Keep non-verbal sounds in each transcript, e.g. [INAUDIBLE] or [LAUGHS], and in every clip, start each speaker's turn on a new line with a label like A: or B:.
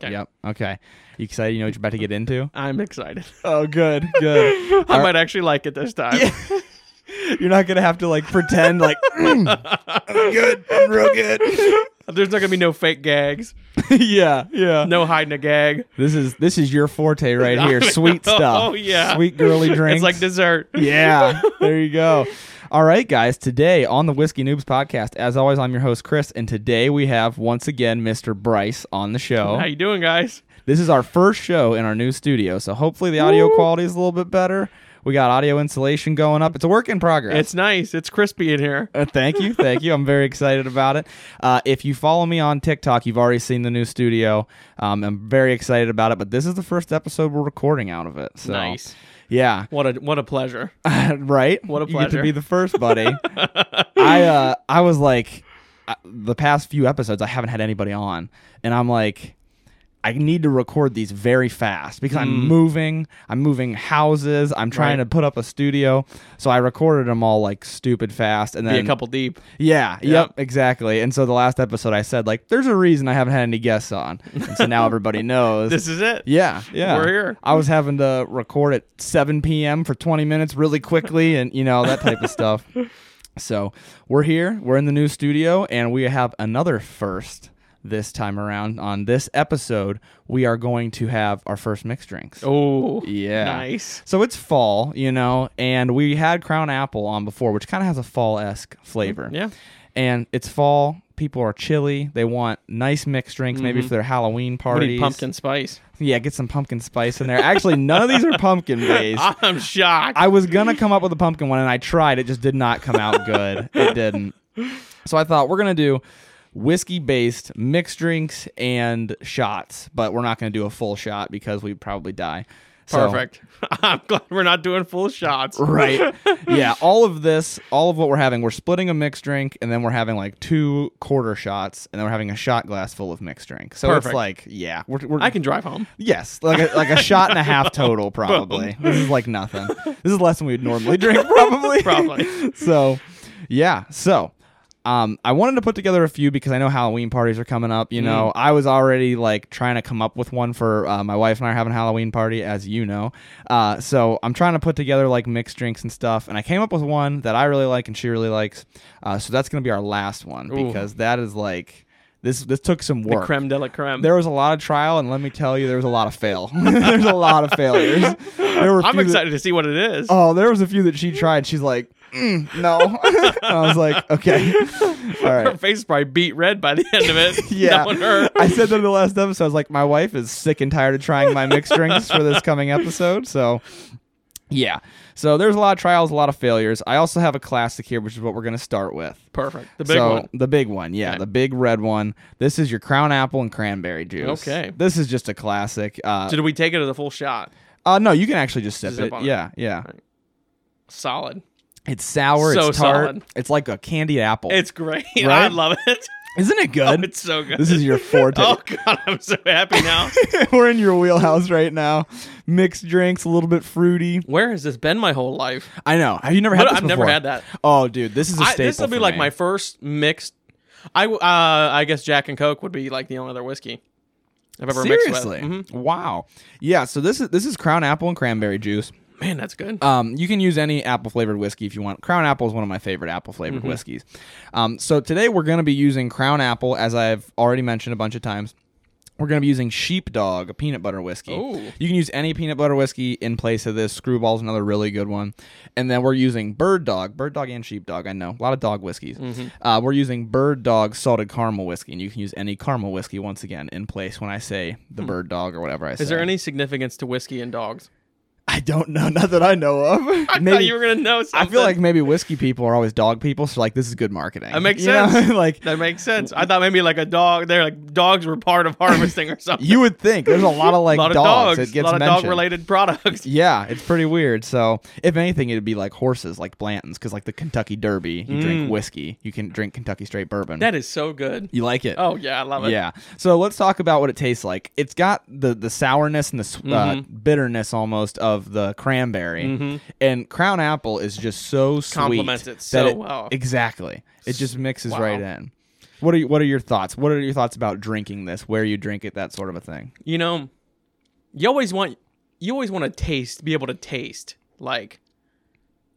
A: 'Kay.
B: Yep. Okay. You excited? You know what you're about to get into?
A: I'm excited.
B: [LAUGHS]
A: [LAUGHS]
B: Oh, good, [LAUGHS] good.
A: I might actually like it this time.
B: [LAUGHS] you're not gonna have to like pretend
A: [LAUGHS]
B: like "Mm, I'm good, I'm real good. [LAUGHS]
A: There's not gonna be no fake gags,
B: yeah, yeah.
A: no hiding a gag.
B: This is this is your forte
A: [LAUGHS]
B: right here. Sweet
A: Oh,
B: stuff.
A: yeah.
B: Sweet girly drinks.
A: It's like dessert.
B: [LAUGHS] yeah. There you go. All right, guys. Today on the Whiskey Noobs podcast, as always, I'm your host Chris, and today we have once again Mr. Bryce on the show.
A: How you doing, guys?
B: This is our first show in our new studio, so hopefully the audio quality is a little bit better. We got audio insulation going up. It's a work in progress.
A: It's nice. It's crispy in here.
B: Uh, thank you, thank you. I'm very excited about it. Uh, if you follow me on TikTok, you've already seen the new studio. Um, I'm very excited about it, but this is the first episode we're recording out of it. So,
A: Nice.
B: Yeah,
A: What a what a pleasure.
B: [LAUGHS] right.
A: What a
B: You get to
A: pleasure.
B: be the first,
A: [LAUGHS]
B: buddy. I uh, I was like, I- the past few episodes, I haven't had anybody on, and I'm like. I need to record these very fast because I'm moving. I'm moving houses. I'm trying
A: Mm. Right.
B: to put up a studio. So I recorded them all like stupid fast, and then
A: Be a couple deep.
B: yeah,
A: Yeah.
B: yep, exactly. And so the last episode I said like there's a reason I haven't had any guests on. And so now
A: [LAUGHS]
B: everybody knows.
A: This is it.
B: yeah, yeah.
A: We're here.
B: I was having to record at 7 p.m. for 20 minutes really
A: [LAUGHS]
B: quickly and you know that type of stuff. So, we're here. We're in the new studio and we have another first this time around on this episode. We are going to have our first mixed drinks.
A: Oh,
B: Yeah.
A: Nice.
B: So it's fall, you know, and we had Crown Apple on before, which kind of has a fall esque flavor.
A: Yeah.
B: And it's fall. People are chilly. They want nice mixed drinks, maybe for their Halloween
A: Mm-hmm. We
B: parties.
A: need pumpkin spice.
B: Yeah, get some pumpkin spice in there. Actually, none of these are pumpkin
A: [LAUGHS]
B: based.
A: I'm shocked.
B: I was gonna come up with a pumpkin one, and I tried. It just did not come out good. It didn't. So I thought we're gonna do whiskey based mixed drinks and shots, but we're not gonna do a full shot because we'd probably die. So-
A: Perfect. [LAUGHS] I'm glad we're not doing full shots. [LAUGHS]
B: Right. yeah. All of this, all of what we're having, we're splitting a mixed drink and then we're having like two quarter shots and then we're having a shot glass full of mixed drink. So it's
A: Perfect.
B: like, yeah, we're, we're
A: I can drive home.
B: yes, like a,
A: [LAUGHS]
B: like a shot and a half total probably. this is like nothing. This is less than we would normally drink [LAUGHS] probably.
A: [LAUGHS] Probably.
B: so, yeah. So, um, I wanted to put together a few because I know Halloween parties are coming up.
A: Mm-hmm.
B: You know, I was already like trying to come up with one for uh, my wife and I are having a Halloween party, as you know. Uh, so I'm trying to put together like mixed drinks and stuff, and I came up with one that I really like and she really likes. Uh, so that's gonna be our last one
A: Ooh.
B: because that is like this. This took some
A: The
B: work.
A: creme de la creme.
B: there was a lot of trial, and let me tell you, there was a lot of fail. [LAUGHS] There's a lot of failures. There were a
A: I'm
B: few that-
A: excited to see what it is.
B: Oh, there was a few that she tried. She's like, "Mm, no. [LAUGHS] I was like,
A: [LAUGHS]
B: okay, all
A: Her
B: right.
A: face is probably beat red by the end of
B: [LAUGHS]
A: it. [LAUGHS]
B: Yeah,
A: Knowing her.
B: I said that in the last episode. I was like, my wife is sick and tired of trying my mixed drinks for this coming episode. So, yeah. So there's a lot of trials, a lot of failures. I also have a classic here, which is what we're going to start with.
A: Perfect. The big
B: so
A: one.
B: the big one, yeah,
A: Okay.
B: the big red one. This is your crown apple and cranberry juice.
A: Okay.
B: this is just a classic. Uh,
A: Did we take it as a full shot?
B: uh no, you can actually just sip
A: Zip
B: it.
A: on it.
B: Yeah, yeah.
A: Solid.
B: It's sour.
A: So
B: it's tart.
A: solid.
B: It's like a candied apple.
A: It's great. [LAUGHS] I
B: Right?
A: love it. [LAUGHS] Oh,
B: Isn't it good?
A: It's so good.
B: this is
A: [LAUGHS]
B: your forte.
A: Oh god, I'm so happy now.
B: [LAUGHS] We're in your wheelhouse right now. Mixed drinks, a little bit fruity.
A: Where has this been my whole life?
B: I know. Have you never had
A: What-
B: this
A: I've never
B: before?
A: had that.
B: Oh, dude, this is a
A: I,
B: staple.
A: this will be
B: for
A: like
B: me.
A: my first mixed. I w- uh, I guess Jack and Coke would be like the only other whiskey I've ever mixed with.
B: seriously.
A: Mhm.
B: Wow. Yeah. So this is this is Crown Apple and cranberry juice.
A: Mm-hmm. Man, that's good.
B: Um, you can use any apple flavored whiskey if you want. Crown Apple is one of my favorite apple flavored
A: Mm-hmm.
B: whiskeys. Um, so today we're going to be using Crown Apple, as I've already mentioned a bunch of times. We're going to be using Sheepdog, a peanut butter whiskey.
A: Ooh.
B: You can use any peanut butter whiskey in place of this. Screwball's another really good one. And then we're using Bird Dog, Bird Dog and Sheepdog. I know a lot of dog whiskeys.
A: Mm-hmm.
B: Uh, we're using Bird Dog salted caramel whiskey, and you can use any caramel whiskey once again in place when I say the Bird Dog or whatever I say.
A: Hmm. Is there any significance to whiskey and dogs?
B: I don't know. [LAUGHS] Not that I know of.
A: [LAUGHS] I thought you were gonna know.
B: I
A: Something.
B: feel like maybe whiskey people are always dog people, so like this is good marketing. That
A: makes sense.
B: [LAUGHS] like
A: that makes sense. I thought maybe like a dog. They're like dogs were part of
B: [LAUGHS]
A: harvesting or something.
B: you would think there's a lot of
A: a
B: like
A: lot of
B: dogs.
A: dogs.
B: It gets
A: a lot of
B: mentioned.
A: dog related
B: [LAUGHS]
A: products.
B: Yeah, it's pretty weird. So if anything, it'd be like horses, like Blanton's, because like the Kentucky Derby, you drink whiskey. You can drink Kentucky straight bourbon.
A: Mm. That is so good.
B: you like it?
A: Oh yeah, I love it.
B: Yeah. So let's talk about what it tastes like. It's got the the sourness and the s- uh,
A: Mm-hmm.
B: bitterness almost of the cranberry, and Crown Apple is just so sweet.
A: Complements it
B: that
A: so well.
B: Exactly. It just mixes
A: Wow.
B: right in. What are you, what are your thoughts? What are your thoughts about drinking this? Where you drink it? That sort of a thing.
A: You know, you always want you always want to taste, be able to taste like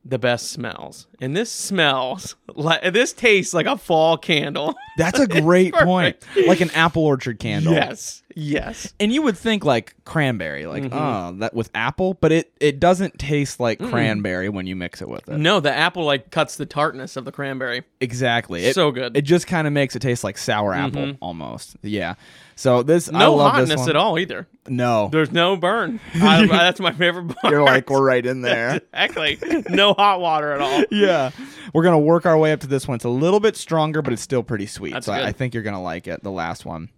A: the best smells, and this smells [LAUGHS] like this tastes like a fall candle.
B: That's
A: [LAUGHS]
B: a great point. Like an apple orchard [LAUGHS] candle.
A: yes, Mm-hmm. yes.
B: And you would think like cranberry, like oh, that with apple, but it it doesn't taste like cranberry when you mix it with it.
A: No, the apple like cuts the tartness of the cranberry.
B: Exactly. It,
A: So good.
B: It just kind of makes it taste like sour apple almost. Yeah. So this I
A: Mm-hmm. No
B: love this
A: hotness
B: one.
A: at all either.
B: No.
A: There's no burn.
B: [LAUGHS]
A: I, that's my favorite [LAUGHS] part.
B: You're like we're right
A: [LAUGHS]
B: in there.
A: exactly no hot water at all.
B: yeah. We're going to work our way up to this one. It's a little bit stronger, but it's still pretty sweet.
A: That's
B: so I,
A: good.
B: I think you're going to like it, the last one.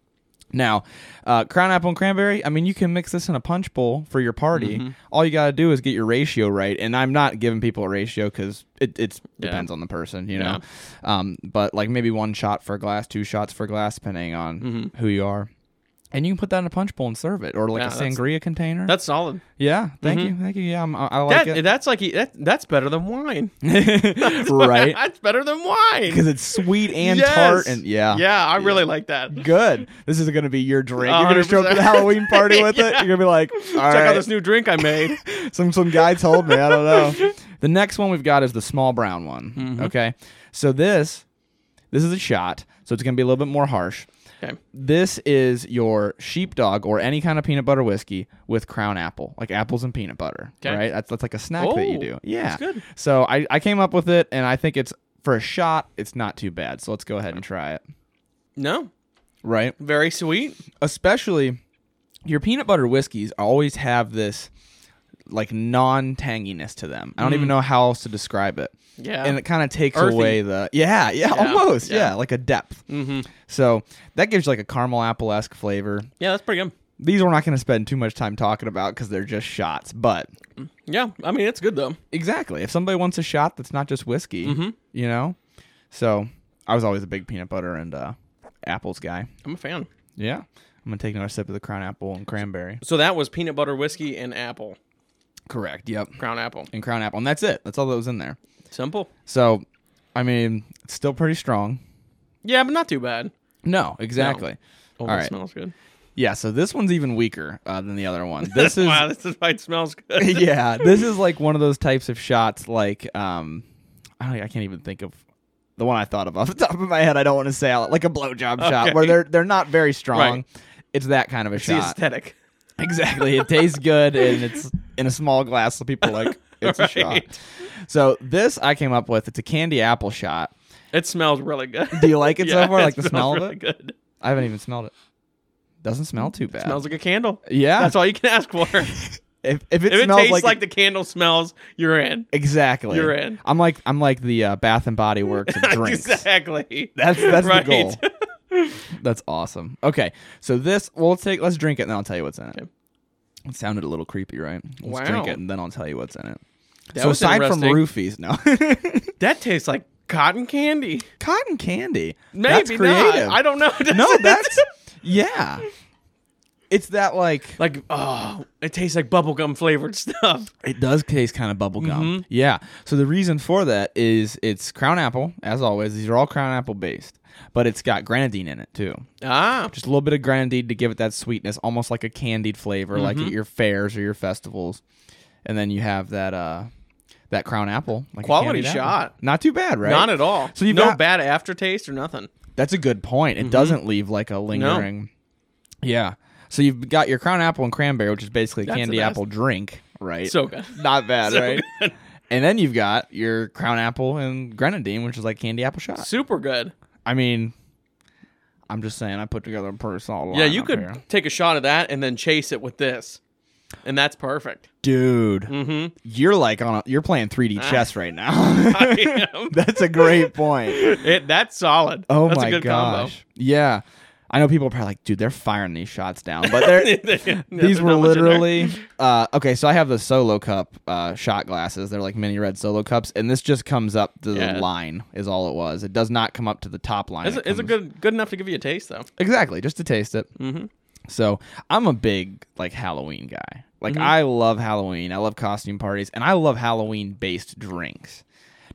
B: Now, uh, crown apple and cranberry, I mean, you can mix this in a punch bowl for your party.
A: Mm-hmm.
B: All you got to do is get your ratio right. And I'm not giving people a ratio because it it's, depends on the person, you know. Um, but like maybe one shot for a glass, two shots for a glass, depending on who you are. And you can put that in a punch bowl and serve it, or like
A: Mm-hmm. Yeah,
B: a
A: that's- Mm-hmm.
B: sangria container.
A: That's solid.
B: yeah, thank you, thank you. Yeah, I'm, I, I like
A: That, that's like e, that, that's better than wine.
B: it. [LAUGHS] right?
A: [LAUGHS] that's better than wine.
B: because it's sweet and
A: Yes.
B: tart and yeah.
A: yeah. I really like that. Check
B: Good. This is gonna be your drink. You're gonna show up to the
A: 100%.
B: Halloween
A: [LAUGHS]
B: party with it. You're gonna be like, all right,
A: out this new drink
B: [LAUGHS]
A: I made.
B: some some guy told me. I don't know.
A: [LAUGHS]
B: the next one we've got is the small brown one.
A: Mm-hmm.
B: Okay, so this this is a shot, so it's gonna be a little bit more harsh.
A: okay.
B: This is your sheepdog or any kind of peanut butter whiskey with crown apple, like apples and peanut butter.
A: 'Kay.
B: Right? That's that's like a snack that you
A: Oh,
B: do. Yeah,
A: that's good.
B: So I I came up with it, and I think it's for a shot. It's not too bad. So let's go ahead and try it.
A: No,
B: Right.
A: very sweet.
B: Especially your peanut butter whiskeys always have this like non tanginess to them. I don't even know how else to describe it.
A: Mm. Yeah.
B: And it kind of takes
A: Earthy.
B: away the yeah, yeah, almost. Yeah.
A: yeah.
B: like a depth. Mm-hmm. So that gives you like a caramel apple esque flavor.
A: yeah, that's pretty good.
B: These we're not going to spend too much time talking about because they're just shots. But
A: Yeah, I mean it's good though.
B: exactly, if somebody wants a shot that's not just whiskey,
A: Mm-hmm.
B: you know. So I was always a big peanut butter and uh, apples guy.
A: I'm a fan.
B: Yeah, I'm gonna take another sip of the crown apple and cranberry.
A: So that was peanut butter whiskey and apple,
B: Correct. Yep.
A: crown apple.
B: And crown apple, and that's it. That's all that was in there.
A: Simple.
B: So, I mean, it's still pretty strong.
A: Yeah, but not too bad.
B: No, exactly.
A: Oh,
B: All
A: that
B: right.
A: smells good.
B: Yeah. So this one's even weaker uh, than the other
A: [LAUGHS]
B: one. This is
A: wow, this is why it smells good.
B: [LAUGHS] yeah. This is like one of those types of shots. Like, um, I don't. I can't even think of the one I thought of off the top of my head. I don't want to say out like a blowjob shot
A: Okay.
B: where they're they're not very strong.
A: Right.
B: It's that kind of a
A: It's the
B: shot.
A: aesthetic.
B: Exactly. It tastes good and it's in a small glass, so people are like it's a shot.
A: [LAUGHS] Right.
B: So this I came up with. It's a candy apple shot.
A: It smells really good.
B: [LAUGHS] Do you like it
A: [LAUGHS] Yeah,
B: so far?
A: it
B: Like the
A: smells
B: smell
A: really
B: of it?
A: Good.
B: I haven't even smelled it. Doesn't smell too bad.
A: Smells like a candle.
B: yeah.
A: That's all you can ask for.
B: [LAUGHS]
A: if
B: if, if it
A: it
B: smells
A: tastes
B: like,
A: like, the candle smells, you're in. [LAUGHS]
B: exactly,
A: You're in.
B: I'm like I'm like the uh, Bath and Body Works of drinks.
A: [LAUGHS] exactly.
B: That's that's
A: Right. [LAUGHS]
B: the goal. That's awesome. Okay, so this we'll take. Let's drink it, and I'll tell you what's in it.
A: Okay.
B: It sounded a little creepy, right? Let's
A: Wow.
B: drink it, and then I'll tell you what's in it.
A: That
B: so
A: was
B: aside from roofies, no [LAUGHS]
A: that tastes like cotton candy.
B: cotton candy.
A: Maybe
B: that's
A: not.
B: creative.
A: I don't know. [LAUGHS]
B: no, that's yeah. It's that like
A: like oh, it tastes like bubblegum flavored [LAUGHS] stuff.
B: It does taste kind of bubblegum.
A: Mm-hmm.
B: gum. Yeah. So the reason for that is it's crown apple, as always. These are all crown apple based, but it's got grenadine in it too.
A: Ah,
B: Just a little bit of grenadine to give it that sweetness, almost like a candied flavor, like
A: Mm-hmm.
B: at your fairs or your festivals. And then you have that uh that crown apple, like a
A: Quality
B: candied apple.
A: shot.
B: Not too bad, right?
A: not at all.
B: So you've
A: no
B: got-
A: bad aftertaste or nothing.
B: That's a good point. It
A: Mm-hmm.
B: doesn't leave like a lingering. Yeah. So you've got your crown apple and cranberry, which is basically a
A: That's the
B: candy
A: best.
B: apple drink, right?
A: So good.
B: Not bad,
A: [LAUGHS] So
B: right? And then you've got your crown apple and grenadine, which is like candy apple shot.
A: Super good.
B: I mean, I'm just saying, I put together a pretty solid.
A: Yeah, you
B: lineup
A: could
B: here.
A: take a shot of that and then chase it with this, and
B: [LAUGHS]
A: that's perfect. [LAUGHS]
B: dude.
A: Mm-hmm. Ah.
B: You're like on. A, you're playing 3D chess right now. [LAUGHS]
A: I am.
B: That's a
A: [LAUGHS]
B: great point.
A: It, that's solid.
B: Oh
A: that's
B: my
A: a good
B: gosh. Yeah, I know people are probably like, dude, they're firing these shots down, but
A: [LAUGHS]
B: they're.
A: combo.
B: These
A: [LAUGHS] There's
B: were
A: not much in there. [LAUGHS]
B: literally uh, okay. So I have the solo cup uh, shot glasses. They're like mini red solo cups, and this just comes up to
A: Yeah.
B: the line is all it was. It does not come up to the top line.
A: Is it, is
B: comes-
A: it good good enough to give you a taste though?
B: Exactly, just to taste it.
A: Mhm.
B: So I'm a big like Halloween
A: Mm-hmm.
B: guy. Like I love Halloween. I love costume parties, and I love Halloween based drinks.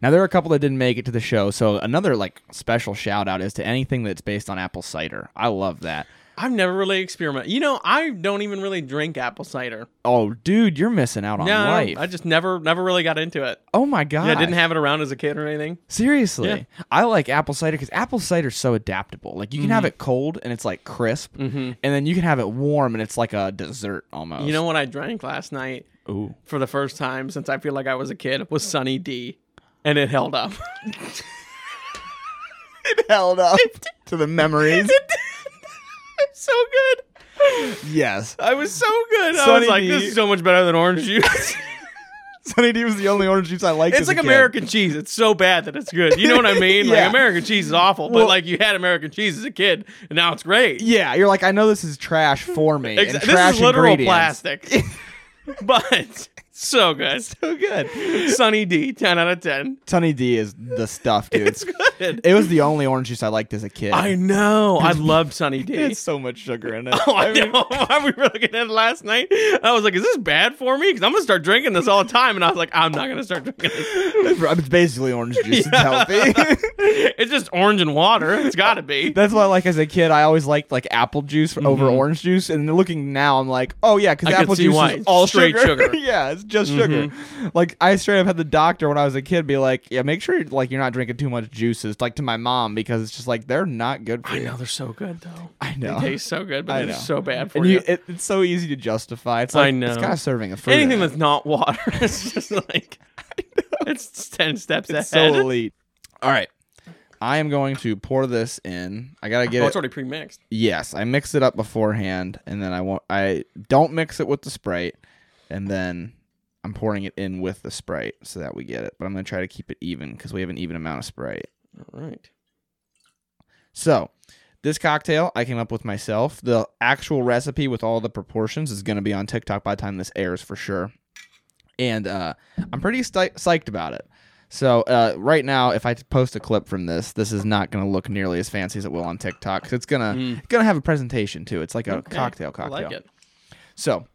B: Now there are a couple that didn't make it to the show, so another like special shout out is to anything that's based on apple cider. I love that.
A: I've never really experimented. You know, I don't even really drink apple cider.
B: Oh, dude, you're missing out on
A: No, I
B: life.
A: don't- I just never, never really got into it.
B: oh my god.
A: Yeah, I didn't have it around as a kid or anything.
B: Seriously,
A: Yeah.
B: I like apple cider because apple cider's so adaptable. Like you can
A: Mm-hmm.
B: have it cold and it's like crisp, and then you can have it warm and it's like a dessert almost.
A: You know what I drank last night
B: Ooh.
A: for the first time since I feel like I was a kid was Sunny D, and it
B: [LAUGHS]
A: held up. [LAUGHS]
B: it [LAUGHS] held up [LAUGHS] to the
A: [LAUGHS]
B: memories.
A: so good.
B: yes, [LAUGHS]
A: I was so good. I
B: Sunny
A: was like,
B: D.
A: this is so much better than orange
B: [LAUGHS]
A: juice.
B: Sunny D was the only orange juice I liked.
A: it's
B: as
A: like
B: a kid.
A: American cheese. It's so bad that it's good. You know what I mean?
B: [LAUGHS] Yeah.
A: Like American cheese is awful,
B: Well-
A: but like you had American cheese as a kid, and now it's great.
B: Yeah, you're like I know this is trash for me.
A: Ex-
B: and
A: this
B: trash
A: is literal
B: ingredients. [LAUGHS]
A: plastic, but so good.
B: So good.
A: Sunny D, ten out of ten.
B: Sunny D is the stuff, dude.
A: [LAUGHS] It's good.
B: it was the only orange juice I liked as a kid.
A: I know. I loved Sunny D.
B: it's so much sugar in it.
A: [LAUGHS] Oh, I know. [LAUGHS] we were looking at it last night. I was like, "Is this bad for me?" Because I'm gonna start drinking this all the time. And I was like, "I'm not gonna start drinking this.
B: [LAUGHS] [LAUGHS] it's basically orange juice. It's
A: [LAUGHS]
B: healthy.
A: it's just orange and water. It's gotta be."
B: That's why, like, as a kid, I always liked like apple juice over orange juice. And looking now, I'm like, oh yeah, because
A: Mm-hmm. I could
B: apple
A: see
B: juice
A: why.
B: is
A: It's
B: all [LAUGHS]
A: straight sugar. Mm-hmm.
B: yeah, it's just sugar. Like, I straight up had the doctor when I was a kid be like, yeah, make sure like you're not drinking too much juices. Like to my mom because it's just like they're not good for
A: I
B: you.
A: know they're so good though.
B: I know.
A: They taste so good,
B: I
A: but they're
B: know.
A: so bad
B: [LAUGHS]
A: for
B: And
A: you.
B: you, it, it's so easy to justify. It's
A: I
B: like
A: know.
B: it's kind of serving a fruit.
A: Anything
B: in it.
A: that's not water [LAUGHS] is just
B: [LAUGHS]
A: like it's ten steps [LAUGHS]
B: It's so
A: ahead.
B: elite. All right, I am going to pour this in. I gotta get
A: oh,
B: it.
A: it's already pre-mixed.
B: Yes, I mix it up beforehand, and then I won't. I don't mix it with the Sprite, and then I'm pouring it in with the Sprite so that we get it. But I'm gonna try to keep it even because we have an even amount of Sprite.
A: All right.
B: So this cocktail I came up with myself. The actual recipe with all the proportions is gonna be on TikTok by the time this airs for sure, and uh, I'm pretty sty- psyched about it. So uh, right now, if I post a clip from this, this is not going to look nearly as fancy as it will on TikTok. 'cause it's gonna it's gonna have a presentation too. It's like a
A: Mm. Okay.
B: cocktail
A: I
B: cocktail.
A: like it.
B: So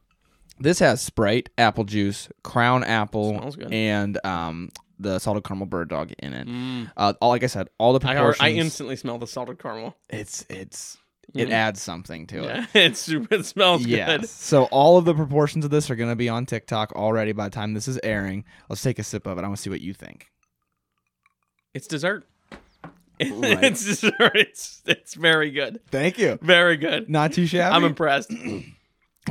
B: this has Sprite, apple juice, Crown apple,
A: Smells good.
B: and um, the salted caramel bird dog in it.
A: Mm.
B: Uh, all like I said, all the
A: I, alre-
B: proportions.
A: I instantly smell the salted caramel.
B: it's it's it adds something to it.
A: Yeah, [LAUGHS] it's super. It smells
B: Yes.
A: good.
B: So all of the proportions of this are going to be on TikTok already by the time this is airing. Let's take a sip of it. I want to see what you think.
A: It's dessert. [LAUGHS]
B: Right.
A: it's [LAUGHS] dessert. It's it's very good.
B: Thank you.
A: Very good.
B: Not too shabby.
A: I'm
B: I'm,
A: impressed.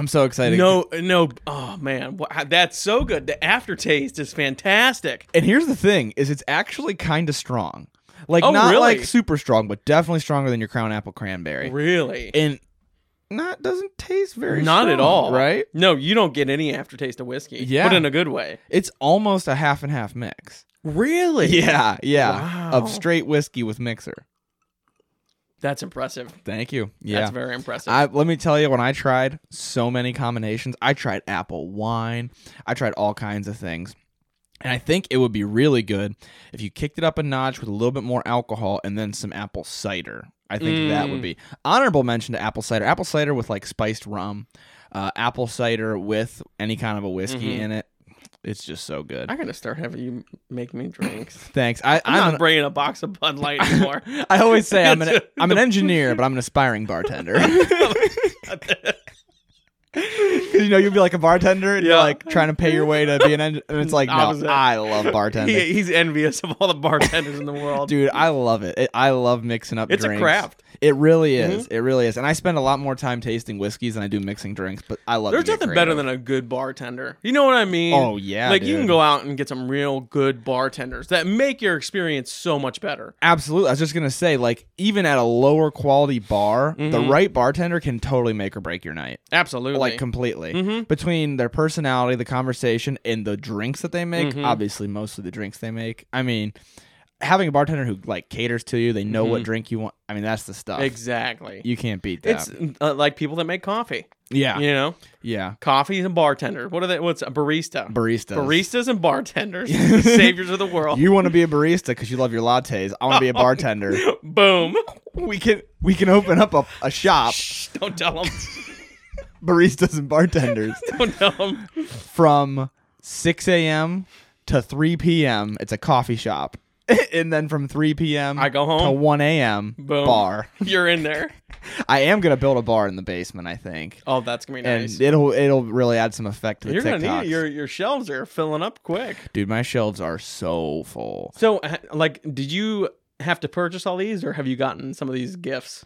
B: so excited.
A: No, no. Oh man, Wha- that's so good. The aftertaste is fantastic.
B: And here's the thing: is it's actually kind of strong. Like
A: Oh,
B: not
A: really?
B: like super strong, but definitely stronger than your Crown apple cranberry.
A: Really.
B: and not doesn't taste very
A: Not at
B: strong,
A: all,
B: right
A: No, you don't get any aftertaste of whiskey.
B: Yeah.
A: but in a good way.
B: it's almost a half and half mix
A: Really?
B: yeah yeah
A: Wow.
B: of straight whiskey with mixer
A: That's impressive.
B: thank you yeah
A: That's very impressive.
B: I, let me tell you when i tried so many combinations i tried apple wine i tried all kinds of things and i think it would be really good if you kicked it up a notch with a little bit more alcohol and then some apple cider i think that
A: Mm.
B: would be honorable mention to apple cider apple cider with like spiced rum uh, apple cider with any kind of a whiskey in it it's just so good
A: Mm-hmm. I gotta start having you make me drinks.
B: Thanks. I,
A: I'm,
B: I'm,
A: not bringing a box of
B: [LAUGHS]
A: Bud Light anymore.
B: an, I always say I'm
A: [LAUGHS]
B: an I'm an engineer, but I'm an aspiring bartender. Because you know you'll be like a bartender, and you're
A: Yeah.
B: like trying to pay your way to be an engineer, and it's like no,
A: Opposite.
B: I
A: [LAUGHS]
B: love bartending,
A: He- he's envious of all the
B: [LAUGHS]
A: bartenders in the world.
B: dude. I love it. it. I love mixing up.
A: It's a
B: drinks.
A: craft. Mm-hmm.
B: It really is. It really is. And I spend a lot more time tasting whiskeys than I do mixing drinks, but I love.
A: There's
B: to get
A: nothing better
B: creative.
A: than a good bartender. You know what I mean?
B: Oh, yeah,
A: Like you
B: dude.
A: can go out and get some real good bartenders that make your experience so much better.
B: Absolutely. I was just gonna say, like, even at a lower quality bar, the
A: Mm-hmm.
B: right bartender can totally make or break your night.
A: Absolutely. Mm-hmm.
B: like completely between their personality the conversation and the drinks that they make obviously mostly the drinks they make i mean having a bartender who like caters to you they know what drink you want i mean that's the stuff
A: exactly.
B: you can't beat that
A: It's uh, like people that make coffee.
B: yeah
A: You
B: yeah,
A: know, coffee and bartender. What are they? What's a barista?
B: baristas
A: Baristas and
B: [LAUGHS]
A: bartenders, the saviors of the world.
B: you want to be a barista because you love your lattes i want to [LAUGHS] be a bartender [LAUGHS]
A: Boom!
B: Oh, we can we can open up a, a shop
A: Shh, don't tell them.
B: [LAUGHS] baristas and bartenders
A: Don't tell them.
B: from 6 a.m to 3 p.m. It's a coffee shop, [LAUGHS] and then from 3 p.m.
A: I go
B: to
A: home.
B: 1 a.m.
A: Boom.
B: bar.
A: You're in there.
B: I am gonna build a bar in the basement, I think,
A: Oh, that's gonna be
B: and
A: nice.
B: it'll it'll really add some effect to the
A: You're
B: TikToks.
A: gonna need it. Your your shelves are filling up quick.
B: Dude, my shelves are so full.
A: So, h- like, did you have to purchase all these, or have you gotten some of these gifts?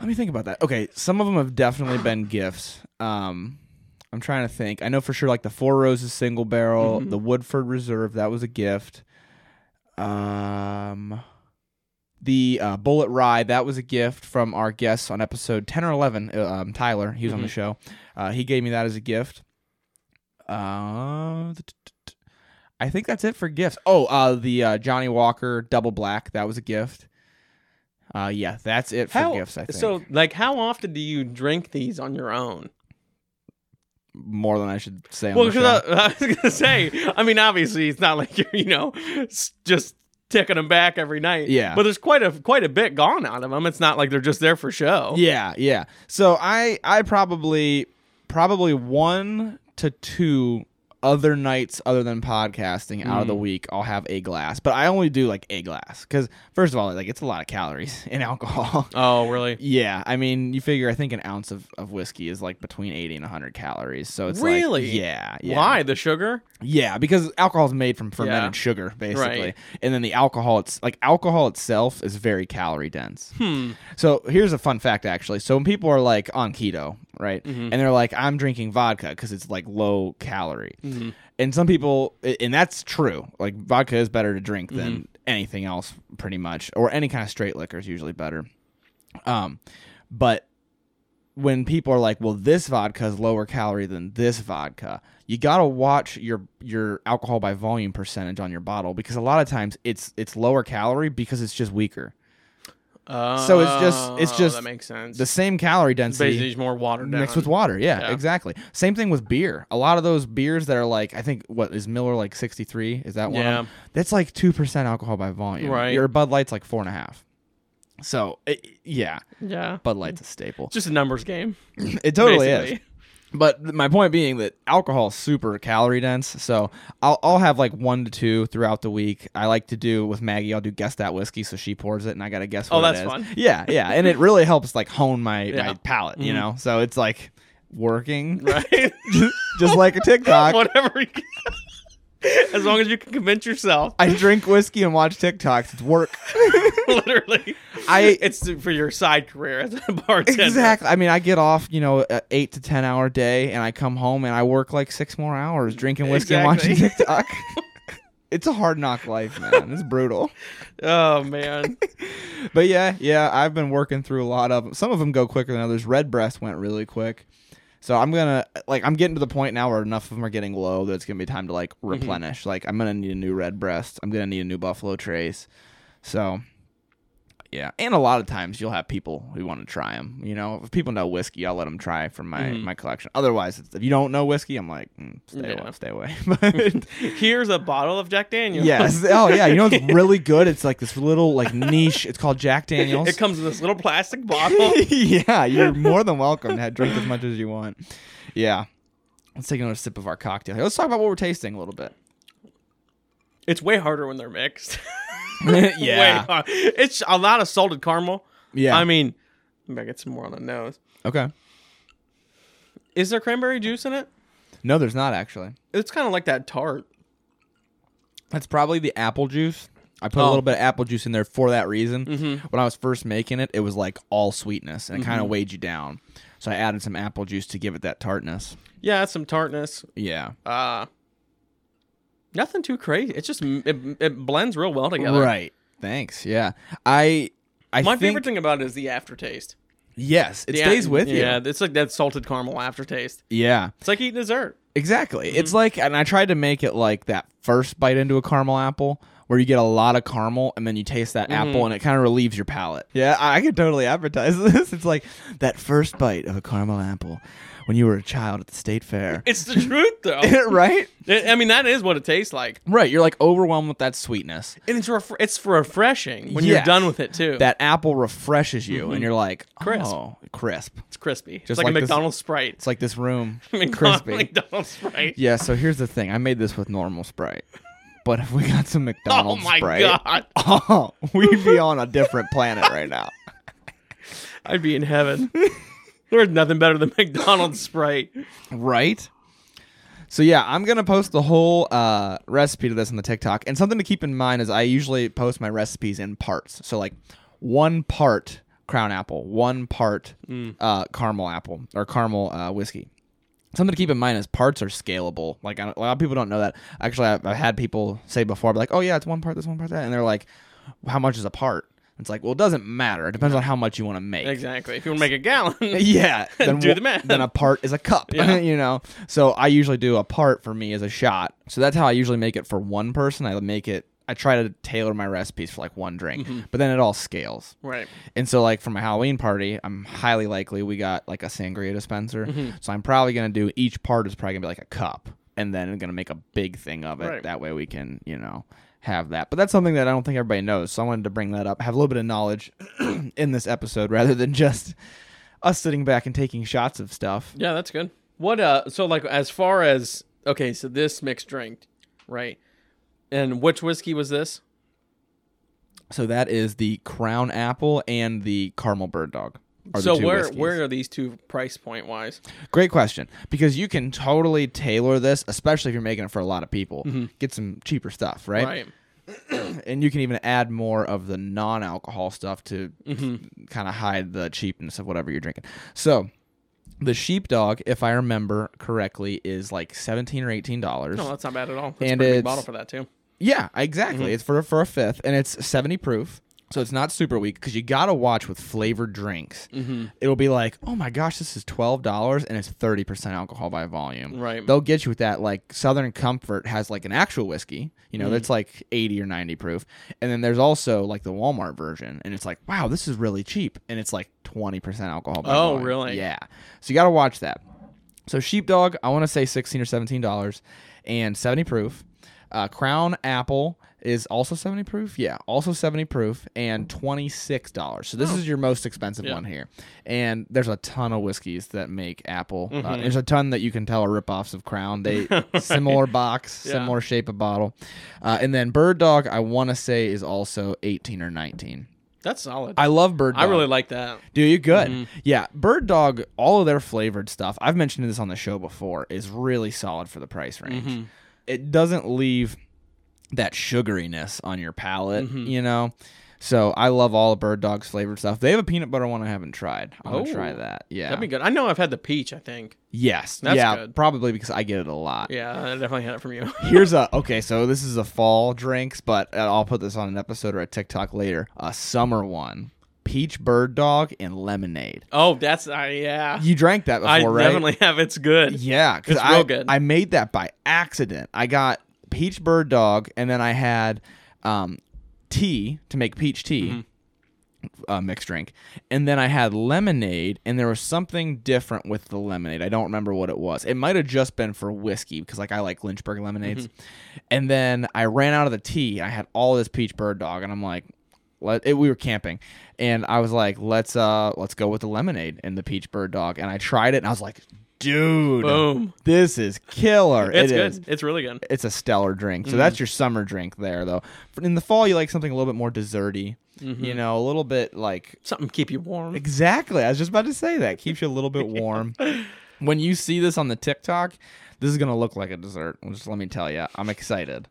B: Let me think about that. Okay, some of them have definitely been gifts. Um, I'm trying to think. I know for sure, like the Four Roses single barrel,
A: Mm-hmm.
B: the Woodford Reserve, that was a gift. Um, the uh, Bullet Rye, that was a gift from our guest on episode 10 or 11, uh, um, Tyler. He was on the
A: Mm-hmm.
B: show. Uh, he gave me that as a gift. Uh, I think that's it for gifts. Oh, uh, the uh, Johnny Walker Double Black, that was a gift. Uh, yeah, that's it for
A: How
B: gifts. I think
A: so? Like, how often do you drink these on your own?
B: more than I should say. On
A: Well, uh,
B: the show.
A: because [LAUGHS] I, I was gonna say, I mean, obviously, it's not like you're, you know, s- just ticking them back every night.
B: Yeah.
A: But there's quite a quite a bit gone out of them. It's not like they're just there for show.
B: yeah, yeah. So I I probably probably one to two other nights other than podcasting out of
A: Mm.
B: the week I'll have a glass, but I only do like a glass because first of all, like it's a lot of calories [LAUGHS] in alcohol.
A: Oh, really?
B: Yeah, I mean, you figure I think an ounce of, of whiskey is like between eighty and hundred calories, so it's like-
A: Really?
B: yeah, yeah.
A: Why the sugar?
B: Yeah, because alcohol is made from fermented
A: Yeah.
B: sugar, basically,
A: Right.
B: and then the alcohol it's like alcohol itself is very calorie dense.
A: Hmm.
B: So here's a fun fact, actually. So when people are like on keto, right, and
A: Mm-hmm.
B: they're like, "I'm drinking vodka because it's like low calorie,"
A: Mm-hmm.
B: and some people, a- and that's true. Like vodka is better to drink than
A: Mm-hmm.
B: anything else, pretty much, or any kind of straight liquor is usually better. Um, but when people are like, "Well, this vodka is lower calorie than this vodka," you gotta watch your your alcohol by volume percentage on your bottle because a lot of times it's it's lower calorie because it's just weaker. So it's just- it's
A: Oh,
B: just
A: that makes sense.
B: The same calorie density
A: Basically, it's more watered down.
B: mixed with water. Yeah,
A: Yeah.
B: exactly. Same thing with beer. A lot of those beers that are like, I think what is Miller like sixty three? Is that one? of
A: Yeah.
B: them? That's like two percent alcohol by volume.
A: Right.
B: Your Bud Light's like four and a half. So it, yeah,
A: yeah.
B: Bud Light's a staple.
A: [LAUGHS] Just a numbers game.
B: It totally is.
A: basically.
B: But th- my point being that alcohol is super calorie dense, so I'll, I'll have like one to two throughout the week. I like to do with Maggie. I'll do guess that whiskey, so she pours it, and I gotta guess. What
A: Oh,
B: it
A: that's
B: is.
A: fun.
B: Yeah, yeah, and it really helps like hone my
A: Yeah. Mm-hmm.
B: my palate, you know. So it's like working, [LAUGHS]
A: [LAUGHS] Right?
B: just like a
A: [LAUGHS]
B: TikTok.
A: Whatever. you- as long as you can [LAUGHS] convince yourself,
B: I drink whiskey and watch TikToks. It's
A: [LAUGHS]
B: work.
A: literally.
B: I-
A: It's for your side career as a bartender.
B: Exactly. I mean, I get off, you know, a eight to ten hour day, and I come home and I work like six more hours drinking whiskey and watching
A: Exactly. [LAUGHS]
B: TikTok. it's a hard knock life, man. It's brutal.
A: Oh man.
B: But yeah, yeah, I've been working through a lot of 'em. Some of them go quicker than others. Red breast went really quick. So I'm gonna like I'm getting to the point now where enough of them are getting low that it's gonna be time to
A: Mm-hmm.
B: like replenish. Like I'm gonna need a new red breast. I'm gonna need a new buffalo trace. So yeah, and a lot of times you'll have people who want to try them. You know, if people know whiskey, I'll let them try from my my collection. Otherwise, it's- if you don't know whiskey, I'm like, mm, stay
A: Mm-hmm. Yeah.
B: away, stay
A: [LAUGHS]
B: away. But
A: Here's a bottle of Jack Daniels. [LAUGHS]
B: yes, oh yeah, you know it's really good. It's like this little like niche. It's called
A: [LAUGHS]
B: Jack Daniels.
A: It comes in this little plastic bottle.
B: [LAUGHS] yeah,
A: [LAUGHS]
B: you're more than welcome to drink as much as you want. Yeah. Let's take another sip of our cocktail. Here, Let's talk about what we're tasting a little
A: [LAUGHS]
B: bit.
A: It's way harder when they're mixed. [LAUGHS]
B: [LAUGHS] Yeah.
A: Way hard. It's a lot of salted caramel.
B: Yeah.
A: I mean, I'm gonna get some more on the nose.
B: Okay.
A: Is there cranberry juice in it?
B: No, there's not actually.
A: It's kind of like that tart.
B: That's probably the apple juice. I put a
A: Oh. Mm-hmm.
B: little bit of apple juice in there for that reason. When I was first making it, it was like all sweetness and it kind of weighed you down. So I added some apple juice to give it that tartness.
A: Yeah, it's some tartness.
B: Yeah.
A: Uh nothing too crazy. It's just it, it blends real well together.
B: Right. Thanks. Yeah. I I
A: My
B: think
A: favorite thing about it is the aftertaste.
B: yes, it
A: The a-
B: stays with you.
A: Yeah, it's like that salted caramel aftertaste.
B: Yeah.
A: It's like eating dessert.
B: Exactly. It's like, and I tried to make it like that first bite into a caramel apple where you get a lot of caramel and then you taste that apple and it kind of relieves your palate. Mm-hmm. Yeah, I I could totally advertise [LAUGHS] this. It's like that first bite of a caramel apple when you were a child at the state fair. [LAUGHS]
A: It's the truth, though.
B: right?
A: It- I mean, that is what it tastes like,
B: Right. You're like overwhelmed with that sweetness.
A: and it's ref- it's refreshing when
B: Yes.
A: you're done with it too.
B: Mm-hmm. That apple refreshes you and you're like,
A: Crisp.
B: oh, crisp. It's
A: crispy.
B: Just
A: Just like,
B: like
A: a
B: this-
A: McDonald's Sprite.
B: It's like this room, [LAUGHS]
A: [LAUGHS] McDonald's,
B: crispy.
A: McDonald's Sprite.
B: Yeah, so here's the thing. I made this with normal Sprite. But if we got [LAUGHS] some
A: oh
B: McDonald's
A: my
B: Sprite,
A: god. [LAUGHS]
B: oh, [LAUGHS] we'd be on a [LAUGHS] different planet right now.
A: I'd be in heaven.
B: [LAUGHS]
A: There's nothing better than [LAUGHS] McDonald's Sprite.
B: Right? So yeah, I'm gonna post the whole uh, recipe to this on the TikTok. And something to keep in mind is I usually post my recipes in parts. So like one part crown apple, one part uh, caramel apple or caramel uh, whiskey. Something to keep in mind is parts are scalable. Like I don't- a lot of people don't know that. Actually, I've, I've had people say before, like, "Oh yeah, it's one part this, one part that," and they're like, "How much is a part?" It's like, well, it doesn't matter. It depends on how much you want to make.
A: Exactly. If you want to make
B: [LAUGHS]
A: a [LAUGHS] gallon,
B: Yeah, then
A: Do
B: wha-
A: the math.
B: Then a part is a cup, [LAUGHS]
A: Yeah.
B: you know. So I usually do a part for me as a shot. So that's how I usually make it for one person. I make it. I try to tailor my recipes for like one drink,
A: Mm-hmm.
B: but then it all scales.
A: right?
B: And so, like for my Halloween party, I'm highly likely we got like a sangria dispenser.
A: Mm-hmm.
B: So I'm probably gonna do each part is probably gonna be like a cup, and then I'm gonna make a big thing of it.
A: Right.
B: That way we can, you know, have that. But that's something that I don't think everybody knows. So I wanted to bring that up, have a little bit of knowledge [CLEARS THROAT] in this episode rather than just us sitting back and taking shots of stuff.
A: Yeah, that's good. What uh? So like, as far as okay, so this mixed drink, right? And which whiskey was this?
B: So that is the Crown Apple and the Caramel Bird Dog. are the
A: so
B: two
A: where
B: whiskeys.
A: where are these two price point wise?
B: Great question. Because you can totally tailor this, especially if you're making it for a lot of people. Get some cheaper stuff, right?
A: Mm-hmm. Right.
B: And you can even add more of the non alcohol stuff to
A: Mm-hmm.
B: kind of hide the cheapness of whatever you're drinking. So the sheepdog, if I remember correctly, is like seventeen or eighteen dollars.
A: No, Oh, that's Mm-hmm. not bad at all. That's
B: And
A: a pretty
B: it's-
A: big bottle for that too.
B: Yeah, exactly. It's for for a fifth, and it's seventy proof, so it's not super weak. Because you gotta watch with flavored drinks.
A: Mm-hmm.
B: It'll be like, oh my gosh, this is twelve dollars, and it's thirty percent alcohol by volume.
A: Right.
B: They'll get you with that. Like Southern Comfort has like an actual whiskey, you know,
A: Mm-hmm.
B: that's like eighty or ninety proof, and then there's also like the Walmart version, and it's like, wow, this is really cheap, and it's like twenty percent alcohol. by
A: Oh,
B: volume.
A: really?
B: Yeah. So you gotta watch that. So sheepdog, I want to say sixteen or seventeen dollars, and seventy proof. Uh, Crown apple is also seventy proof. Yeah, also seventy proof, and twenty six dollars. So this is your most expensive
A: Oh. Yeah.
B: one here. And there's a ton of whiskeys that make apple. Uh,
A: Mm-hmm.
B: there's a ton that you can tell are ripoffs of Crown.
A: [LAUGHS]
B: They similar box,
A: Yeah.
B: similar shape of bottle. Uh, and then Bird Dog, I want to say is also eighteen or nineteen.
A: That's solid. I,
B: I love Bird. Dog.
A: really like that.
B: Do you good?
A: Mm-hmm.
B: Yeah, Bird Dog. All of their flavored stuff. I've mentioned this on the show before. Is really solid for the price
A: Mm-hmm.
B: range. It doesn't leave that sugariness on your palate.
A: Mm-hmm.
B: You know. So I love all of Bird Dog's flavored stuff. They have a peanut butter one I haven't tried. I'm gonna
A: Oh.
B: try that. Yeah.
A: That'd be good. I know I've had the peach. I think.
B: yes.
A: That's
B: yeah.
A: good.
B: Probably because I get it a lot.
A: Yeah, I definitely had it from you. [LAUGHS]
B: Here's a okay. So this is a fall drinks, but uh, I'll put this on an episode or a TikTok later. A summer one: peach bird dog and lemonade.
A: oh, that's uh, yeah.
B: You drank that before,
A: I
B: right?
A: definitely have. It's good.
B: Yeah, because
A: It's real
B: I
A: good.
B: I made that by accident. I got peach bird dog, and then I had um, tea to make peach tea,
A: Mm-hmm.
B: uh, mixed drink, and then I had lemonade, and there was something different with the lemonade. I don't remember what it was. It might have just been for whiskey because like I like Lynchburg lemonades,
A: Mm-hmm.
B: and then I ran out of the tea. I had all this peach bird dog, and I'm like. Let, it, we were camping, and I was like, "Let's uh, let's go with the lemonade and the peach bird dog." And I tried it, and I was like, "Dude,
A: [LAUGHS] Boom.
B: this is killer.
A: It's
B: It
A: good. Mm-hmm.
B: is.
A: It's really good.
B: It's a stellar drink. So that's your summer drink there, though. F- In the fall, you like something a little bit more desserty.
A: Mm-hmm.
B: You know, a little bit like
A: Something to keep you warm.
B: exactly. I was just about to say that keeps you a little bit warm. when you see this on the TikTok, this is gonna look like a dessert. Just let me tell you, I'm excited.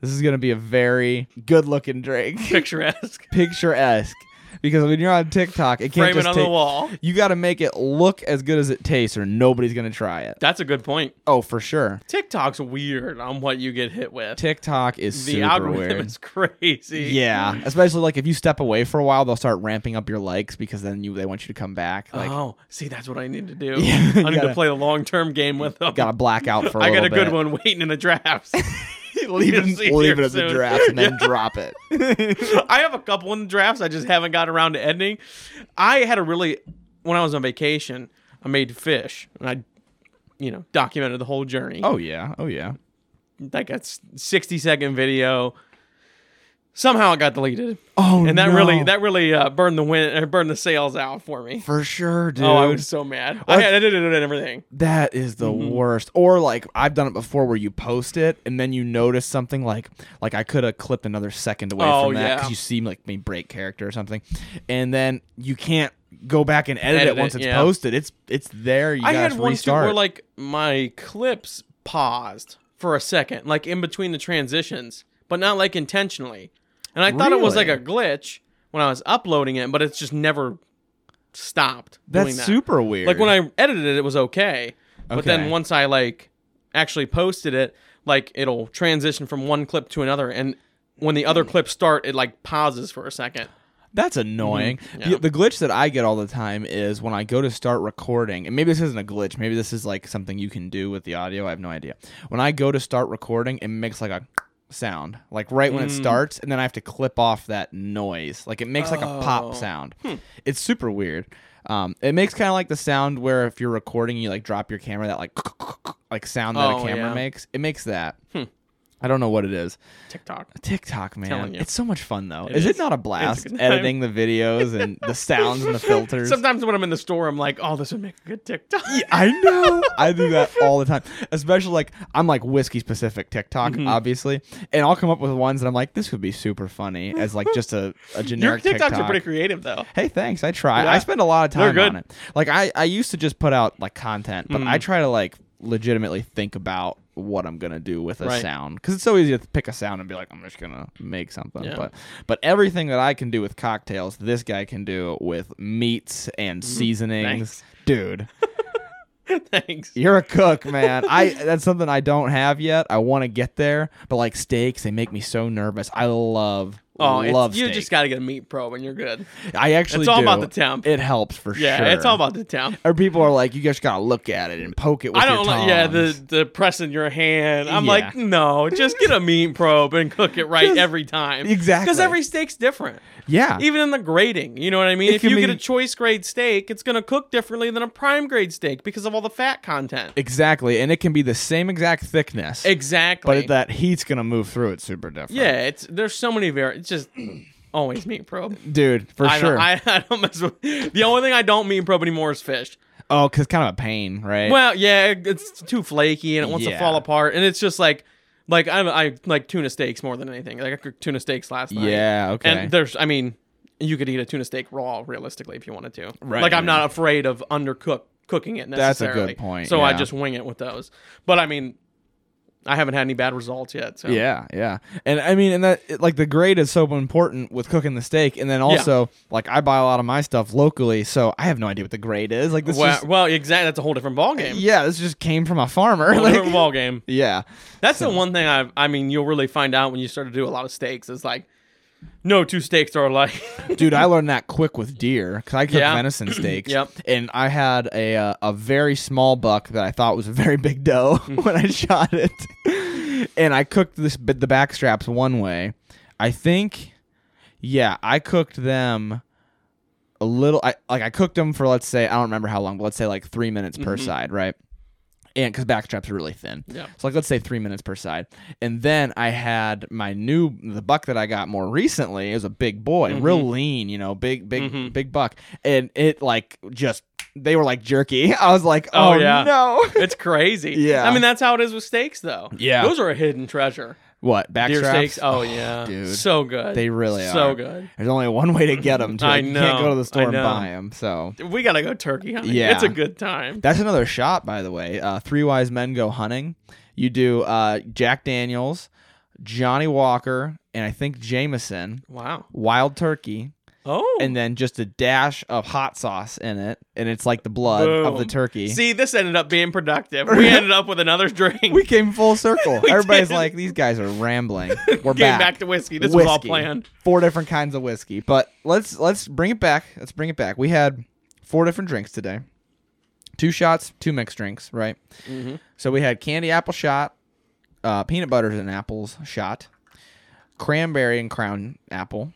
B: This is gonna be a very good-looking drink, [LAUGHS]
A: [LAUGHS] Picturesque.
B: picturesque. Because when you're on TikTok, it can't
A: Frame it
B: just
A: on
B: take,
A: the wall.
B: You got to make it look as good as it tastes, or nobody's gonna try it.
A: That's a good point.
B: Oh, for sure.
A: TikTok's weird on what you get hit with.
B: TikTok is
A: the
B: super
A: algorithm
B: weird.
A: is crazy. [LAUGHS]
B: yeah, especially like if you step away for a while, they'll start ramping up your likes because then you they want you to come back. Like,
A: oh, see, that's what I need to do.
B: [LAUGHS] Yeah,
A: I
B: you
A: need
B: gotta-
A: to play the long term game with them.
B: got to black out for. I
A: I got a good one waiting in the drafts.
B: [LAUGHS]
A: [LAUGHS]
B: leave
A: You'll see
B: it, leave
A: here
B: it at the
A: soon.
B: draft and then drop it.
A: [LAUGHS] I have a couple in the drafts. I just haven't got around to ending. I had a really when I was on vacation. I made fish and I, you know, documented the whole journey.
B: Oh yeah, oh yeah.
A: like a s- 60 second video Somehow it got deleted.
B: Oh,
A: and that
B: no.
A: really that really uh, burned the wind uh, burned the sails out for me.
B: for sure, dude.
A: Oh, I was so mad. I had edited it and everything.
B: That is the
A: Mm-hmm.
B: worst. Or like I've done it before where you post it and then you notice something like like I could have clipped another second away
A: Oh,
B: from that
A: yeah.
B: because you see like me break character or something, and then you can't go back and edit,
A: Edit
B: it once
A: it,
B: it's
A: yeah.
B: posted. It's it's there. You
A: I
B: gotta
A: had
B: just
A: one too
B: restart.
A: where like my clips paused for a second, like in between the transitions, but not like intentionally. And I thought it was like a
B: Really?
A: glitch when I was uploading it, but it's just never stopped.
B: That's
A: doing that.
B: super weird.
A: Like when I edited it, it was okay, but
B: Okay.
A: then once I like actually posted it, like it'll transition from one clip to another, and when the other clips start, it like pauses for a second.
B: That's annoying.
A: Mm-hmm. Yeah.
B: The, the glitch that I get all the time is when I go to start recording, and maybe this isn't a glitch. Maybe this is like something you can do with the audio. I have no idea. When I go to start recording, it makes like a sound, like right when it
A: Mm.
B: starts, and then I have to clip off that noise. Like it makes like a
A: Oh.
B: pop sound. It's super weird. Um, it makes kind of like the sound where if you're recording, you like drop your camera, that like [LAUGHS] like sound that
A: Oh,
B: a camera
A: yeah. Hmm.
B: makes. It makes that. I don't know what it is.
A: TikTok.
B: TikTok, man.
A: telling you.
B: It's so much fun though.
A: It
B: is
A: is.
B: it not a blast
A: good time.
B: editing the videos and
A: [LAUGHS]
B: the sounds and the filters?
A: Sometimes when I'm in the store, I'm like, "Oh, this would make a good TikTok."
B: I know. I do that all the time. Especially like I'm like whiskey specific TikTok,
A: Mm-hmm.
B: obviously. And I'll come up with ones that I'm like, this would be super funny as like just a, a
A: [LAUGHS] [LAUGHS] Your
B: generic
A: TikToks
B: TikTok.
A: are pretty creative, though. [LAUGHS]
B: Hey, thanks. I try.
A: Yeah.
B: I spend a lot of time
A: They're good. Hmm.
B: on it. Like I, I used to just put out like content, but I try to like legitimately think about what I'm gonna do with a
A: Right.
B: sound because it's so easy to pick a sound and be like, I'm just gonna make something.
A: Yeah.
B: But but everything that I can do with cocktails, this guy can do with meats and seasonings.
A: Mm-hmm. Thanks.
B: Dude,
A: Thanks.
B: you're a cook, man. I that's something I don't have yet. I want to get there, but like steaks, they make me so nervous. I love.
A: Oh, it's-
B: love
A: you
B: steak.
A: just got to get a meat probe and you're good.
B: I actually
A: It's all about
B: do.
A: the temp.
B: It helps for
A: Yeah,
B: sure.
A: it's all about the town.
B: Or people are like, you just gotta look at it and poke it with
A: I don't
B: your
A: like, yeah,
B: tongs."
A: the, the press in your hand. I'm
B: Yeah.
A: like, no, just get a meat probe and cook it
B: [LAUGHS]
A: right
B: Just-
A: every time. Because
B: exactly.
A: every steak's different.
B: yeah.
A: Even in the grading, you know what I mean?
B: It
A: if
B: can
A: you get
B: be-
A: a choice grade steak, it's going to cook differently than a prime grade steak because of all the fat content.
B: exactly, and it can be the same exact thickness,
A: Exactly.
B: but it- that heat's gonna move through it super different.
A: yeah, it's there's so many vari It's just [CLEARS THROAT] always meat probe.
B: dude, for
A: I,
B: sure.
A: don't, I, [LAUGHS] I don't mess with. The only thing I don't meat probe anymore is fish.
B: oh, because it's kind of a pain, right?
A: Well, yeah, it- it's too flaky and it wants to
B: Yeah.
A: fall apart, and it's just like, like I, I like tuna steaks more than anything. Like I cooked tuna steaks last night.
B: yeah, okay.
A: and there's, I mean, you could eat a tuna steak raw realistically if you wanted to.
B: Right.
A: Like I'm not afraid of undercook cooking it
B: That's a good
A: necessarily.
B: point,
A: So I
B: yeah.
A: just wing it with those. But I mean, I haven't had any bad results yet. So
B: Yeah, yeah. And I mean, and that it- like the grade is so important with cooking the steak, and then also like I buy a lot of my stuff locally, so I have no idea what the grade is. Like this,
A: Well,
B: just,
A: well, exactly. That's a whole different ballgame.
B: yeah, this just came from a farmer. [LAUGHS]
A: Whole
B: like-
A: different ballgame.
B: yeah, [LAUGHS]
A: That's the one thing I I mean you'll really find out when you start to do a lot of steaks is like no two steaks are alike. [LAUGHS]
B: dude i learned that quick with deer because i cook
A: Yeah. [CLEARS THROAT]
B: venison steaks
A: Yep.
B: and i had a uh, a very small buck that i thought was a very big doe [LAUGHS]
A: Mm.
B: when i shot it and i cooked this bit the back straps one way i think yeah i cooked them a little i like i cooked them for let's say i don't remember how long but let's say like three minutes per side right and because back straps are really thin
A: Mm-hmm. Yeah.
B: so like let's say three minutes per side and then i had my new the buck that i got more recently is a big boy
A: Mm-hmm.
B: real lean you know big big big buck and it like just they were like jerky [LAUGHS] i was like oh,
A: Oh, yeah.
B: no
A: it's crazy.
B: Yeah.
A: I mean that's how it is with steaks though.
B: Yeah.
A: Those are a hidden treasure.
B: what back
A: Deer
B: straps?
A: steaks. Oh, yeah.
B: dude.
A: So good.
B: they really are
A: so good.
B: there's only one way to
A: [LAUGHS]
B: get them
A: I
B: you can't go
A: know,
B: to the store
A: I
B: and
A: know.
B: buy them so
A: We gotta go turkey hunting.
B: Yeah.
A: It's a good time.
B: That's another shot, by the way. Uh, Three wise men go hunting. You do uh, Jack Daniels, Johnny Walker, and I think Jameson,
A: Wow.
B: wild turkey,
A: Oh
B: and then just a dash of hot sauce in it, and it's like the blood of the
A: Boom.
B: turkey.
A: see this ended up
B: [LAUGHS]
A: being productive. We ended up with another drink.
B: we came full circle.
A: [LAUGHS] We
B: Everybody's
A: did.
B: like, these guys are rambling.
A: [LAUGHS]
B: We're
A: Getting
B: back.
A: back. to whiskey. This was all
B: Whiskey.
A: planned.
B: Four different kinds of whiskey, but let's let's bring it back. Let's bring it back. We had four different drinks today. Two shots, two mixed drinks, right?
A: Mm-hmm.
B: So we had candy apple shot, uh, peanut butters and apples shot, cranberry and crown apple,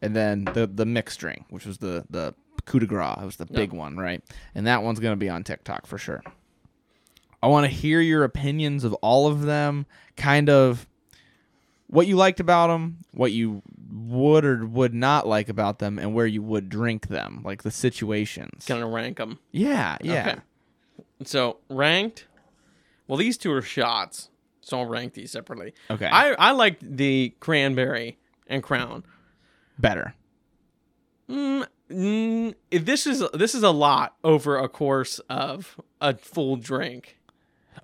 B: and then the the mixed drink, which was the the coup de grace. It was the big one, right? And that one's gonna be on TikTok for sure. I want to hear your opinions of all of them, kind of what you liked about them, what you would or would not like about them and where you would drink them, like the situations.
A: Gonna rank them.
B: yeah, yeah.
A: Okay. So ranked. Well, these two are shots, so I'll rank these separately.
B: Okay.
A: I I like the cranberry and crown.
B: Better.
A: Mm, mm, this is this is a lot over a course of a full drink.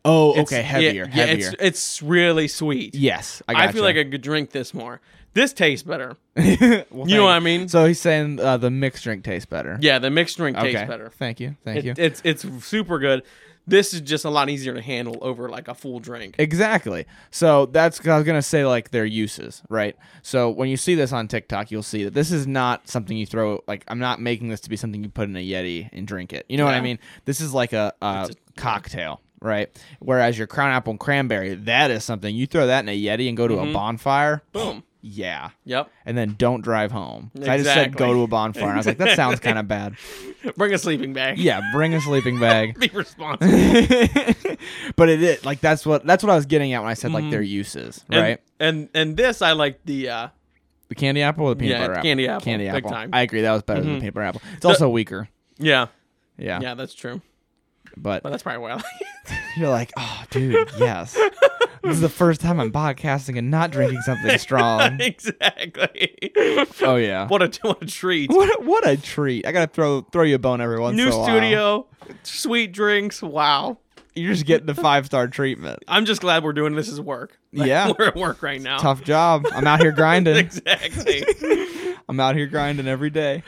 B: Oh,
A: It's-
B: okay. Heavier.
A: Yeah, yeah,
B: heavier.
A: It's, it's really sweet.
B: yes. I,
A: I,
B: gotcha.
A: feel like I could drink this more. This tastes better.
B: [LAUGHS] Well,
A: [LAUGHS] You know
B: thank-
A: what I mean?
B: So he's saying uh, the mixed drink tastes better.
A: Yeah, the mixed drink
B: Okay.
A: tastes better.
B: Thank you. Thank you.
A: It- it's it's super good. This is just a lot easier to handle over like a full drink.
B: Exactly. So that's 'cause I was gonna say like their uses, right? So when you see this on TikTok, you'll see that this is not something you throw. Like I'm not making this to be something you put in a Yeti and drink it. You know what I
A: Yeah.
B: mean? This is like a, a cocktail, right? Whereas your crown apple and cranberry, that is something you throw that in a Yeti and go to a bonfire.
A: Mm-hmm. Boom.
B: Yeah.
A: Yep.
B: And then don't drive home. 'Cause I just said
A: Exactly.
B: go to a bonfire, and I was like, that sounds
A: [LAUGHS]
B: kind of bad.
A: Bring a sleeping bag.
B: Yeah, bring a sleeping bag.
A: [LAUGHS] Be responsible.
B: [LAUGHS] but it is like that's what that's what I was getting at when I said like their uses,
A: Mm-hmm. And-
B: right?
A: And and this I like the uh
B: The candy apple or the peanut
A: Yeah,
B: butter apple?
A: candy apple,
B: Candy
A: big
B: apple.
A: time.
B: I agree. That was better than the peanut butter apple. It's also weaker.
A: yeah.
B: Yeah.
A: Yeah, that's true.
B: But
A: But that's probably why I like it.
B: you're like, oh,
A: [LAUGHS]
B: dude, yes. this is the first time I'm podcasting and not drinking something
A: [LAUGHS]
B: strong.
A: exactly.
B: oh yeah.
A: What a what a treat.
B: [LAUGHS] What a, what a treat! I gotta throw throw you a bone every once
A: New
B: in a while.
A: studio, sweet drinks. Wow.
B: You're just getting the five star treatment.
A: I'm just glad we're doing this as work. Like,
B: Yeah.
A: [LAUGHS] We're at work right now.
B: Tough job. I'm out here grinding.
A: [LAUGHS] Exactly.
B: I'm out here grinding every
A: [LAUGHS]
B: day.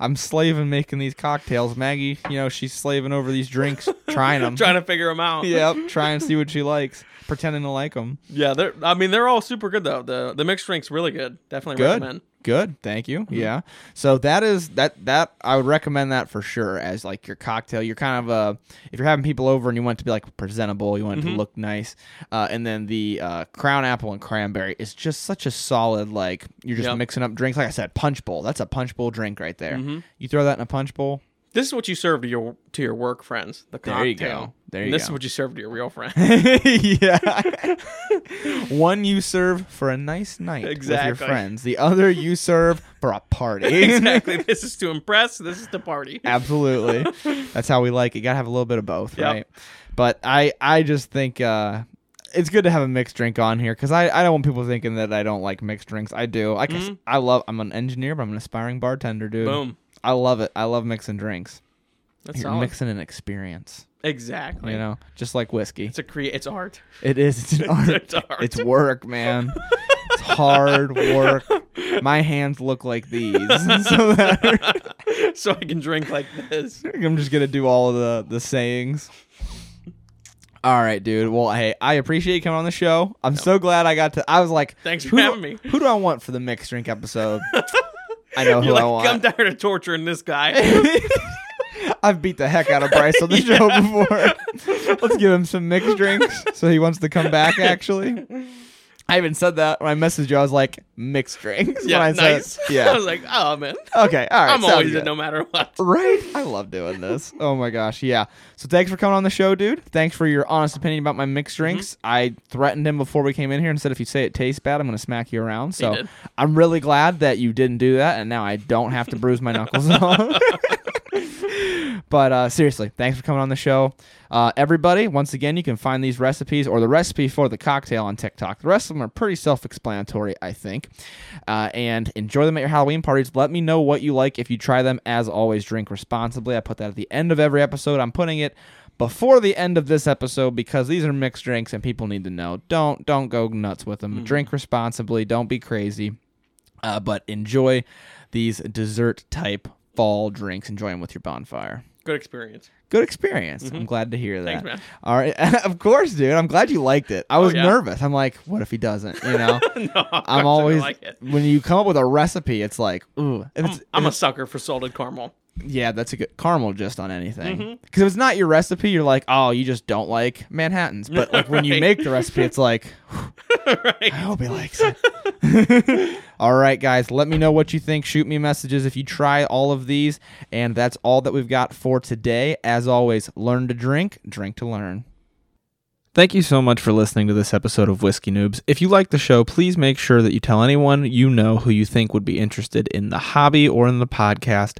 B: I'm slaving making these cocktails. Maggie, you know, she's slaving over these drinks, [LAUGHS] trying
A: [LAUGHS]
B: them.
A: Trying to figure them out.
B: yep, try and see what she likes, pretending to like them.
A: Yeah, they're. I mean, they're all super good though. The the mixed drink's really good. Definitely
B: Good.
A: recommend. Mm-hmm.
B: Good. Thank you. Yeah. So that is that that I would recommend that for sure as like your cocktail. You're kind of uh if you're having people over and you want it to be like presentable, you want
A: Mm-hmm.
B: it to look nice. Uh, and then the uh, crown apple and cranberry is just such a solid like you're just
A: Yep. Mm-hmm.
B: mixing up drinks. Like I said, punch bowl. That's a punch bowl drink right there. You throw that in a punch bowl.
A: This is what you serve to your to your work friends. The cocktail.
B: There you go. There you
A: and this
B: go.
A: is what you serve to your real friends.
B: [LAUGHS]
A: [LAUGHS]
B: yeah. One you serve for a nice night with
A: Exactly.
B: your friends. The other you serve for a party.
A: [LAUGHS] exactly. This is to impress. This is to party.
B: Absolutely. That's how we like it. Got to have a little bit of both,
A: Yep.
B: right? But I I just think uh it's good to have a mixed drink on here because I, I don't want people thinking that I don't like mixed drinks. I do. I guess I love. I'm an engineer, but I'm an aspiring bartender, dude.
A: Mm-hmm. Boom.
B: I love it. I love mixing drinks.
A: That's
B: You're
A: solid.
B: mixing an experience,
A: exactly.
B: you know, just like whiskey.
A: It's a create. It's art. [LAUGHS]
B: It is. It's an art.
A: It's art. [LAUGHS]
B: It's [LAUGHS] work, man. it's hard work. My hands look like these, [LAUGHS] so that [LAUGHS]
A: so I can drink like this.
B: I'm just gonna do all of the the sayings. All right, dude. Well, hey, I appreciate you coming on the show. I'm so glad I got to. I was like,
A: Thanks for
B: who do-
A: having me.
B: Who do I want for the mixed drink
A: [LAUGHS]
B: episode? I know who
A: You're
B: I
A: like, I'm
B: want.
A: tired of torturing
B: [LAUGHS]
A: this guy.
B: I've beat the heck out of Bryce on the show before. Let's give him some mixed drinks so he wants to come back, actually. I even said that when I messaged you. I was like, mixed drinks.
A: [LAUGHS] yeah,
B: when I
A: nice. [LAUGHS]
B: Said, yeah.
A: I was like, oh man,
B: okay. All right.
A: I'm
B: sounds
A: always
B: good.
A: in no matter what.
B: Right? I love doing this. Oh my gosh, yeah. So thanks for coming on the show, dude. Thanks for your honest opinion about my mixed
A: Mm-hmm.
B: drinks. I threatened him before we came in here and said if you say it tastes bad, I'm gonna smack you around. So
A: did.
B: I'm really glad that you didn't do that and now I don't have to bruise my knuckles off.
A: [LAUGHS]
B: [LAUGHS] But uh, seriously, thanks for coming on the show. Uh, everybody, once again, you can find these recipes or the recipe for the cocktail on TikTok. The rest of them are pretty self explanatory, I think. Uh, and enjoy them at your Halloween parties. Let me know what you like if you try them. As always, drink responsibly. I put that at the end of every episode. I'm putting it before the end of this episode because these are mixed drinks and people need to know. Don't don't go nuts with them. Drink responsibly. Don't be crazy uh, but enjoy these dessert type fall drinks. Enjoy them with your bonfire.
A: Good experience. [LAUGHS]
B: Good experience. I'm glad to hear that.
A: Mm-hmm. Thanks, man. Oh,
B: All right, [LAUGHS] of course, dude. I'm glad you liked it. I was
A: yeah.
B: nervous. I'm like, what if he doesn't? You
A: [LAUGHS]
B: know,
A: No, of course I
B: I'm always
A: like it. Mm.
B: when you come up with a recipe, it's like, ooh, if it's,
A: I'm a sucker for salted caramel. [LAUGHS]
B: yeah, that's a good caramel just on anything.
A: Mm-hmm.
B: Because if it's not your recipe, you're like, oh, you just don't like Manhattan's. But like when you
A: [LAUGHS] Right.
B: make the recipe, it's like,
A: right.
B: I hope he likes it.
A: [LAUGHS]
B: [LAUGHS] all right, guys, let me know what you think. Shoot me messages if you try all of these. And that's all that we've got for today. As always, learn to drink, drink to learn. Thank you so much for listening to this episode of Whiskey Noobs. If you like the show, please make sure that you tell anyone you know who you think would be interested in the hobby or in the podcast.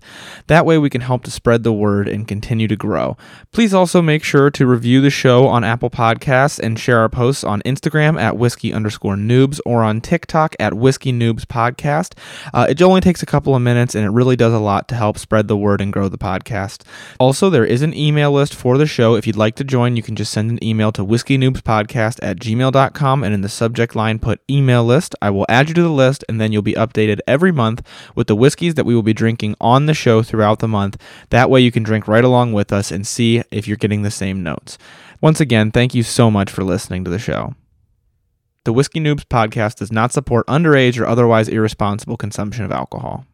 B: That way, we can help to spread the word and continue to grow. Please also make sure to review the show on Apple Podcasts and share our posts on Instagram at whiskey underscore noobs or on TikTok at whiskey noobs podcast. Uh, it only takes a couple of minutes and it really does a lot to help spread the word and grow the podcast. Also, there is an email list for the show. If you'd like to join, you can just send an email to whiskeynoobspodcast at gmail.com and in the subject line put email list. I will add you to the list and then you'll be updated every month with the whiskeys that we will be drinking on the show throughout the month. That way you can drink right along with us and see if you're getting the same notes. Once again, thank you so much for listening to the show. The Whiskey Noobs podcast does not support underage or otherwise irresponsible consumption of alcohol.